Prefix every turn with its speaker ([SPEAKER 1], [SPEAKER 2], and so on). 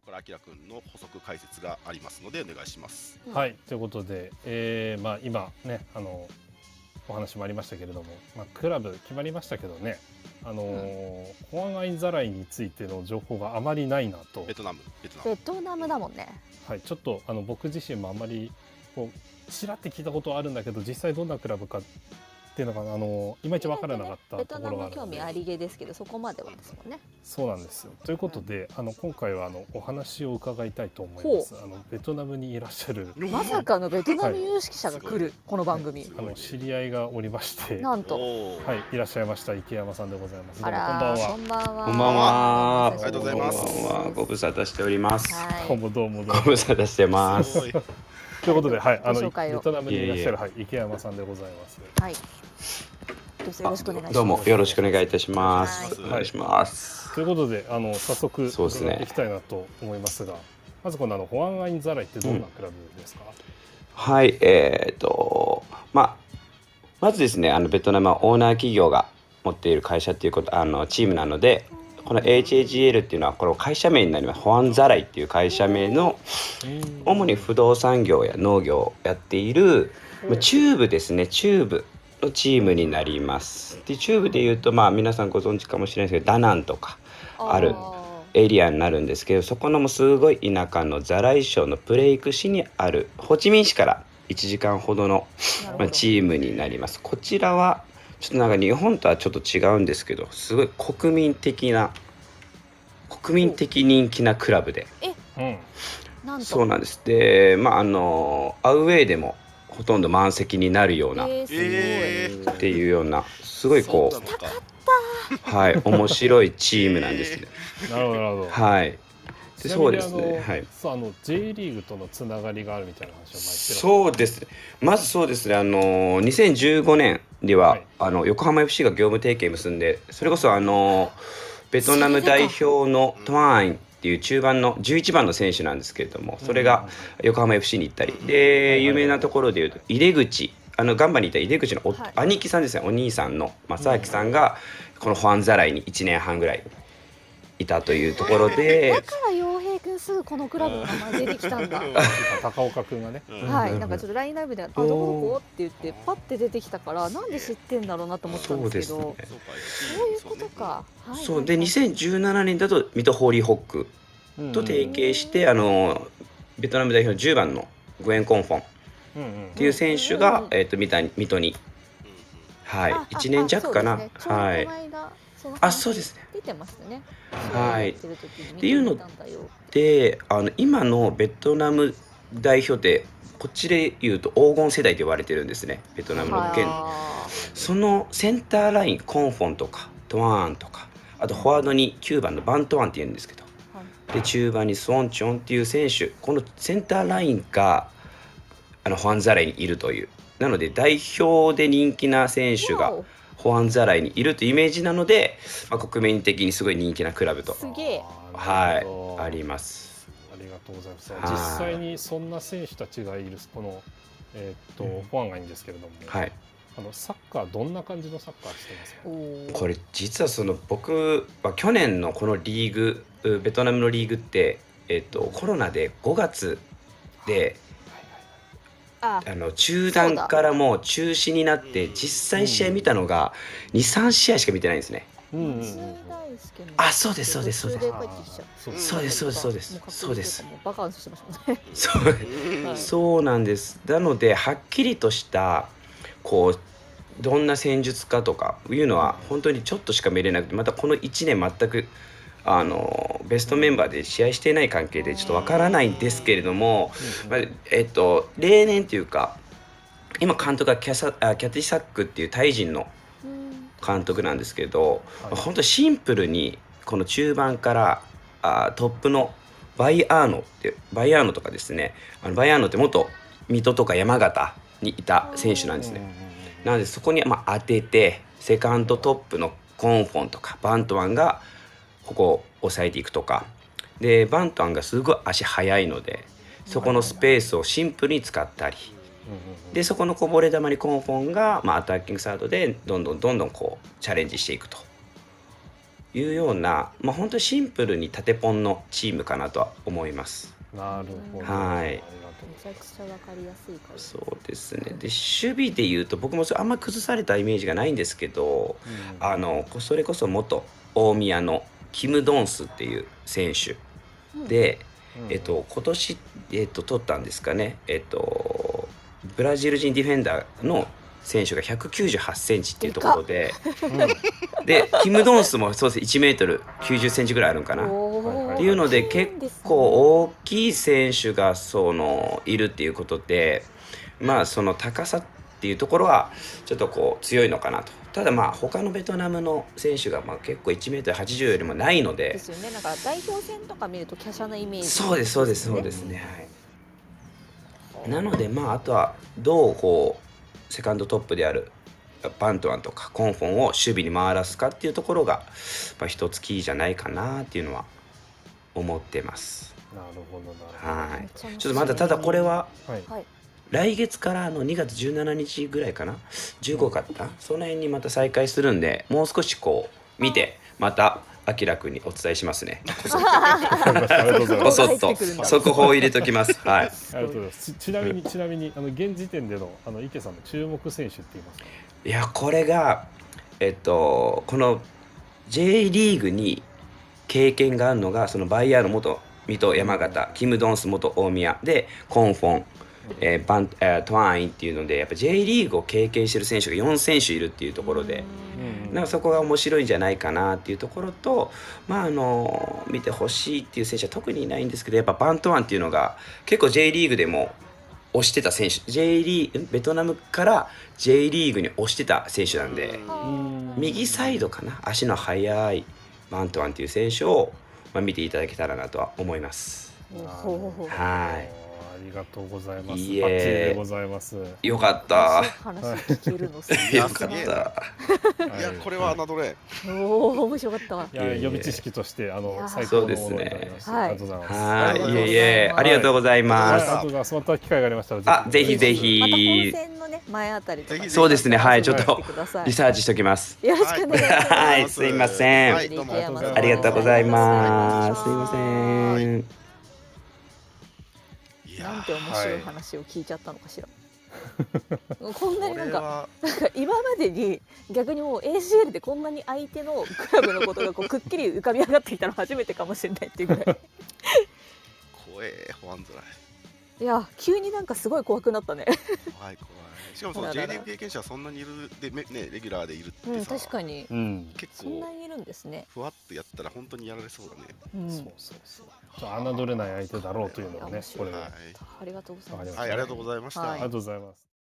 [SPEAKER 1] から明君の補足解説がありますのでお願いします。
[SPEAKER 2] はい、ということで、えーまあ、今ねあのお話もありましたけれども、まあ、クラブ決まりましたけどね、あのーホアンアイザライについての情報があまりないなと
[SPEAKER 1] ベ、トナムベトナム
[SPEAKER 3] ベトナムだもんね。
[SPEAKER 2] はい、ちょっとあの僕自身もあまりこうちらって聞いたことはあるんだけど実際どんなクラブかっていうのが、あのーいまいち分からなかった
[SPEAKER 3] ベ
[SPEAKER 2] と
[SPEAKER 3] ト
[SPEAKER 2] こ
[SPEAKER 3] ナ
[SPEAKER 2] ろ
[SPEAKER 3] ム
[SPEAKER 2] がある
[SPEAKER 3] 興
[SPEAKER 2] の
[SPEAKER 3] 味
[SPEAKER 2] で
[SPEAKER 3] ありげですけど、そこまではですもんね。
[SPEAKER 2] そうなんですよということであの今回はあのお話を伺いたいと思いますあのベトナムにいらっしゃる
[SPEAKER 3] まさかのベトナム有識者が来る、
[SPEAKER 1] はい
[SPEAKER 3] この番組
[SPEAKER 1] す。ごい
[SPEAKER 2] あの知り合いがおりまして。
[SPEAKER 3] なん
[SPEAKER 1] お
[SPEAKER 3] と。
[SPEAKER 1] おー、
[SPEAKER 2] はい、いらっしゃいました池山さんでございます。ど
[SPEAKER 3] あ
[SPEAKER 2] うもこん
[SPEAKER 3] ら
[SPEAKER 2] ば
[SPEAKER 3] ー、こ。んば
[SPEAKER 2] んは
[SPEAKER 3] んは。
[SPEAKER 4] こんばんは。
[SPEAKER 1] ありがとうございます
[SPEAKER 4] こんばんはご無沙汰しております。
[SPEAKER 3] は
[SPEAKER 2] どう
[SPEAKER 3] い。
[SPEAKER 2] もどうもどう
[SPEAKER 4] ご
[SPEAKER 2] も。
[SPEAKER 4] 無沙汰してます。
[SPEAKER 1] すごい
[SPEAKER 2] ということで、はい、あの
[SPEAKER 3] ご紹介を
[SPEAKER 2] ベトナムにいらっしゃ
[SPEAKER 4] いえいえ
[SPEAKER 2] るはい池山さんでございます。
[SPEAKER 3] はい。どうぞよろしくお願いします。
[SPEAKER 4] どうもよろしくお願いいたします。
[SPEAKER 1] はい
[SPEAKER 4] お願いします。
[SPEAKER 2] ということで、あの早速
[SPEAKER 4] そうです
[SPEAKER 2] 伺
[SPEAKER 4] ね
[SPEAKER 2] っていきたいなと思いますが、まずこのあのホアンアインザライってどんなクラブですか？
[SPEAKER 4] はい、えっ、と、まあ、まずですね、あのベトナムはオーナー企業が持っている会社っていうこと、あのチームなので、この HAGL っていうのは、この会社名になります。ホアンザライっていう会社名の、主に不動産業や農業をやっている、まあ、中部ですね、中部のチームになります。で、中部で言うと、まあ、皆さんご存知かもしれないですけど、ダナンとか、あるエリアになるんですけどそこのもうすごい田舎の在来省のプレイク市にあるホーチミン市から1時間ほどの、まあ、チームになりますこちらはちょっとなんか日本とはちょっと違うんですけどすごい国民的な国民的人気なクラブで
[SPEAKER 2] うん。
[SPEAKER 3] なんと。
[SPEAKER 4] そうなんですでまああのアウェーでもほとんど満席になるようなっ
[SPEAKER 3] えーすごい。
[SPEAKER 1] えー
[SPEAKER 4] ていうようなすごいこ
[SPEAKER 1] そうなのか
[SPEAKER 4] うはい面白いチームなんです ね、
[SPEAKER 2] なるほどなるほど。
[SPEAKER 4] はいで
[SPEAKER 2] ちなみに
[SPEAKER 4] そうですねはい
[SPEAKER 2] そうあの J リーグとのつながりがあるみたいな話を前
[SPEAKER 4] そうですねまずそうですねあの2015年では、
[SPEAKER 2] はい
[SPEAKER 4] あの横浜 FC が業務提携結んでそれこそあのベトナム代表のトワンインっていう中盤の11番の選手なんですけれどもそれが横浜 FC に行ったり
[SPEAKER 2] は
[SPEAKER 4] で
[SPEAKER 2] い
[SPEAKER 4] 有名なところでいうと入れ口あのガンバにいた入れ口のお、
[SPEAKER 3] はい
[SPEAKER 4] 兄貴さんですねお兄さんの正明さんがこのファンザライに1年半ぐらいいたというところ
[SPEAKER 3] だ
[SPEAKER 4] で。
[SPEAKER 3] から洋平くんすぐこのクラブの名前出てきたんだ。
[SPEAKER 2] 高岡くんがね。
[SPEAKER 1] うん
[SPEAKER 3] は
[SPEAKER 4] うん
[SPEAKER 3] い、なんかちょっとラインライブで「あどこどこ?」って言ってパッて出てきたからなんで知ってんだろうなと思ったんですけどそ
[SPEAKER 4] そうで
[SPEAKER 1] そうか
[SPEAKER 3] ういうことか。はい
[SPEAKER 4] そうで
[SPEAKER 3] はい
[SPEAKER 4] 2017年だと水戸ホーリーホック
[SPEAKER 2] うんうん
[SPEAKER 4] と提携して、あのベトナム代表10番のグエン・コンフォンっ
[SPEAKER 2] うんうん
[SPEAKER 4] ていう選手
[SPEAKER 3] う
[SPEAKER 4] が、
[SPEAKER 3] んうん
[SPEAKER 4] えっと水戸に水戸に、
[SPEAKER 1] うんうん
[SPEAKER 4] はい
[SPEAKER 3] あ、あ
[SPEAKER 4] 1年弱かな、
[SPEAKER 3] あそうですねちょうど
[SPEAKER 4] はい
[SPEAKER 3] この間その話
[SPEAKER 4] あそうですね
[SPEAKER 3] 出てましたね。
[SPEAKER 4] はい
[SPEAKER 3] そうやってる時に
[SPEAKER 4] っていうの
[SPEAKER 3] 見たんだよ
[SPEAKER 4] であの今のベトナム代表ってこっちで言うと黄金世代と言われてるんですねベトナムの現
[SPEAKER 3] は
[SPEAKER 4] そのセンターラインコンフォンとかトワーンとかあとフォワードに9番のバントワンって言うんですけど
[SPEAKER 3] あはい
[SPEAKER 4] で中盤にスウォンチョンっていう選手このセンターラインがあのホアンザライにいるというなので代表で人気な選手が
[SPEAKER 3] わお
[SPEAKER 4] ホアンザライにいるというイメージなので、まあ、国民的にすごい人気なクラブと
[SPEAKER 3] すげえ。
[SPEAKER 2] あーな
[SPEAKER 4] は
[SPEAKER 2] るほ
[SPEAKER 4] い
[SPEAKER 2] ど
[SPEAKER 4] あります
[SPEAKER 2] ありがとうございます。
[SPEAKER 4] はい
[SPEAKER 2] 実際にそんな選手たちがいるこのえーっと、
[SPEAKER 4] うん
[SPEAKER 2] ファンがいいんですけれども、
[SPEAKER 4] はい
[SPEAKER 2] あのサッカーどんな感じのサッカーしてますか？
[SPEAKER 3] おー
[SPEAKER 4] これ実はその僕は去年のこのリーグうベトナムのリーグって、えっとコロナで5月で
[SPEAKER 3] あ
[SPEAKER 4] あの中断からもう中止になって
[SPEAKER 1] うん
[SPEAKER 4] 実際試合見たのが23試合しか見てないんですね。
[SPEAKER 2] うんうんうん
[SPEAKER 3] 松井大輔の
[SPEAKER 4] あそうですそうですそうです
[SPEAKER 3] 途中帰ってきちゃう
[SPEAKER 2] そうです
[SPEAKER 1] そ
[SPEAKER 4] そうう
[SPEAKER 1] で
[SPEAKER 4] ですすそうですそうですそうです
[SPEAKER 3] もうバカンスしてましたもんね。
[SPEAKER 4] そう
[SPEAKER 1] うん
[SPEAKER 3] はい
[SPEAKER 4] そうなんですなのではっきりとしたこうどんな戦術かとかいうのは本当にちょっとしか見れなくてまたこの1年全くあのベストメンバーで試合していない関係でちょっとわからないんですけれども、まあえっと、例年というか今監督がキャサあキャティ・サックっていうタイ人の
[SPEAKER 3] うん
[SPEAKER 4] 監督なんですけど、
[SPEAKER 2] はい
[SPEAKER 4] 本当にシンプルにこの中盤からあートップのバイアーノってバイアーノとかですねあのバイアーノって元水戸とか山形にいた選手なんですね。なのでそこに、まあ、当ててセカンドトップのコンフォンとかバントワンがここを抑えていくとかでバントワンがすごい足速いのでそこのスペースをシンプルに使ったり。でそこのこぼれ球にコンフォンが、まあ、アタッキングサードでどんどんどんどんこうチャレンジしていくというような、まあ、本当にシンプルに縦ポンのチームかなとは思います。
[SPEAKER 2] なるほど。
[SPEAKER 4] はい
[SPEAKER 2] ありがとう
[SPEAKER 3] め
[SPEAKER 2] ご
[SPEAKER 3] ち
[SPEAKER 2] ざい
[SPEAKER 3] ゃ
[SPEAKER 2] ま
[SPEAKER 3] く
[SPEAKER 2] す
[SPEAKER 3] ちゃわかりやすいから
[SPEAKER 4] そうですね。で、守備で言うと、僕もそうあんま崩されたイメージがないんですけど、
[SPEAKER 2] うん
[SPEAKER 4] あの、こそれこそ元大宮のキム・ドンスっていう選手
[SPEAKER 3] うん
[SPEAKER 4] で、
[SPEAKER 2] うん
[SPEAKER 4] えっと、今年、えっと、取ったんですかね、えっと、ブラジル人ディフェンダーの選手が198センチっていうところで、
[SPEAKER 2] うん
[SPEAKER 4] で、キム・ドンスもそうです1メートル90センチぐらいあるんかな。
[SPEAKER 3] おー
[SPEAKER 4] っていうので
[SPEAKER 3] 大きい
[SPEAKER 4] 結
[SPEAKER 3] んですね
[SPEAKER 4] 構大きい選手がそのいるっていうことでまあその高さっていうところはちょっとこう強いのかなとただまあ他のベトナムの選手がまあ結構 1m80 よりもないの
[SPEAKER 3] で
[SPEAKER 4] です
[SPEAKER 3] よねなんか代表戦とか見ると華奢なイメージ
[SPEAKER 4] そうですそうですそうですねはいなのでまああとはどうこうセカンドトップであるバントワンとかコンフォンを守備に回らすかっていうところがまあ一つキーじゃないかなっていうのは思ってます
[SPEAKER 2] なるほどなるほど。
[SPEAKER 4] はい
[SPEAKER 3] めちゃめ
[SPEAKER 4] ちょっとまだただこれは
[SPEAKER 2] はい。
[SPEAKER 3] はい
[SPEAKER 4] 来月からあの2月17日ぐらいかな15かったその辺にまた再開するんでもう少しこう見てまたあきらくんにお伝えしますねこそっ
[SPEAKER 2] わかりましたありがとうござい
[SPEAKER 4] と
[SPEAKER 2] ま
[SPEAKER 4] こ
[SPEAKER 2] す。
[SPEAKER 4] そっ
[SPEAKER 3] 入
[SPEAKER 4] と
[SPEAKER 3] ってくるんだ
[SPEAKER 4] 速報入れときますは
[SPEAKER 2] あ
[SPEAKER 4] い
[SPEAKER 2] りがとうございます。ちちなみにちなみにあの現時点でのあの池さんの注目選手って言いますか。
[SPEAKER 4] いやこれがえっとこの J リーグに経験があるのがそのバイヤーの元水戸山形キム・ドンス元大宮でコンフォン、えーバンえートワーインっていうのでやっぱ J リーグを経験してる選手が4選手いるっていうところで。
[SPEAKER 2] うん
[SPEAKER 4] なんかそこが面白いんじゃないかなっていうところと、まあ、あの見てほしいっていう選手は特にいないんですけどやっぱバントワンっていうのが結構 J リーグでも推してた選手 J リーんベトナムから J リーグに推してた選手なんで
[SPEAKER 2] うん
[SPEAKER 4] 右サイドかな足の速いバントワンっていう選手を、まあ、見ていただけたらなとは思います。
[SPEAKER 3] おほほ
[SPEAKER 4] ははい
[SPEAKER 2] ありがとうございます。バッチ
[SPEAKER 4] い
[SPEAKER 2] リ
[SPEAKER 4] え
[SPEAKER 2] でございます。は
[SPEAKER 4] よかった。
[SPEAKER 3] 話聞けるのすご い
[SPEAKER 1] い や
[SPEAKER 4] よかっ
[SPEAKER 1] すげえ
[SPEAKER 4] た。
[SPEAKER 1] いやこれは侮れん
[SPEAKER 3] おお面白かったわ
[SPEAKER 2] いや予備知識としてあ
[SPEAKER 3] い
[SPEAKER 2] の
[SPEAKER 3] や
[SPEAKER 2] 最高のも
[SPEAKER 4] そう
[SPEAKER 2] の
[SPEAKER 4] で
[SPEAKER 2] に
[SPEAKER 4] すね
[SPEAKER 2] なりました。
[SPEAKER 3] はい
[SPEAKER 2] ありがとうございます。
[SPEAKER 4] はい、
[SPEAKER 1] ありがとうございます
[SPEAKER 4] いえいえ、ありがとうござい
[SPEAKER 2] は
[SPEAKER 4] ま
[SPEAKER 2] い
[SPEAKER 4] す。
[SPEAKER 2] あとがまた機会がありましたらぜ
[SPEAKER 4] あ、
[SPEAKER 2] ひ
[SPEAKER 4] ぜひぜひ。
[SPEAKER 3] また本戦のね前あたりとか
[SPEAKER 1] ぜひぜひ
[SPEAKER 4] そうですねはい
[SPEAKER 2] ちょっ
[SPEAKER 4] と
[SPEAKER 3] 見てください
[SPEAKER 4] リサーチしておきます。
[SPEAKER 3] よろしくお願いします
[SPEAKER 4] はいすいません
[SPEAKER 1] はいどうも
[SPEAKER 2] ありがとうございます
[SPEAKER 4] ありがとうございま
[SPEAKER 3] は
[SPEAKER 4] す。
[SPEAKER 3] い
[SPEAKER 4] すいません。
[SPEAKER 1] い
[SPEAKER 3] なん
[SPEAKER 1] や
[SPEAKER 3] て面白い話を聞いちゃったのかしら。こんなに
[SPEAKER 1] こ
[SPEAKER 3] な
[SPEAKER 1] れ
[SPEAKER 3] んか
[SPEAKER 1] は
[SPEAKER 3] なんか今までに逆にもう ACL でこんなに相手のクラブのことがこ うくっきり浮かび上がってきたの初めてかもしれないっていうぐらい
[SPEAKER 1] 怖え保安ざらい
[SPEAKER 3] いや急になんかすごい怖くなったね
[SPEAKER 1] 怖い怖いしかもその
[SPEAKER 3] あらら
[SPEAKER 1] J リーグ経験者はそんなにいるでめねレギュラーでいるってさ、
[SPEAKER 3] うん確かに
[SPEAKER 2] うん。
[SPEAKER 1] 結
[SPEAKER 3] そん
[SPEAKER 1] 構
[SPEAKER 3] なにいるんですね
[SPEAKER 1] ふわっとやったら本当にやられそうだね
[SPEAKER 3] う
[SPEAKER 2] そうんそうそう。ちょっと侮れない相手だろうというのがね、これは。
[SPEAKER 1] は
[SPEAKER 2] あ
[SPEAKER 1] い
[SPEAKER 3] ありがとうございます
[SPEAKER 2] は
[SPEAKER 1] はい、ありがとうございました、
[SPEAKER 3] はい
[SPEAKER 2] りがとうございます。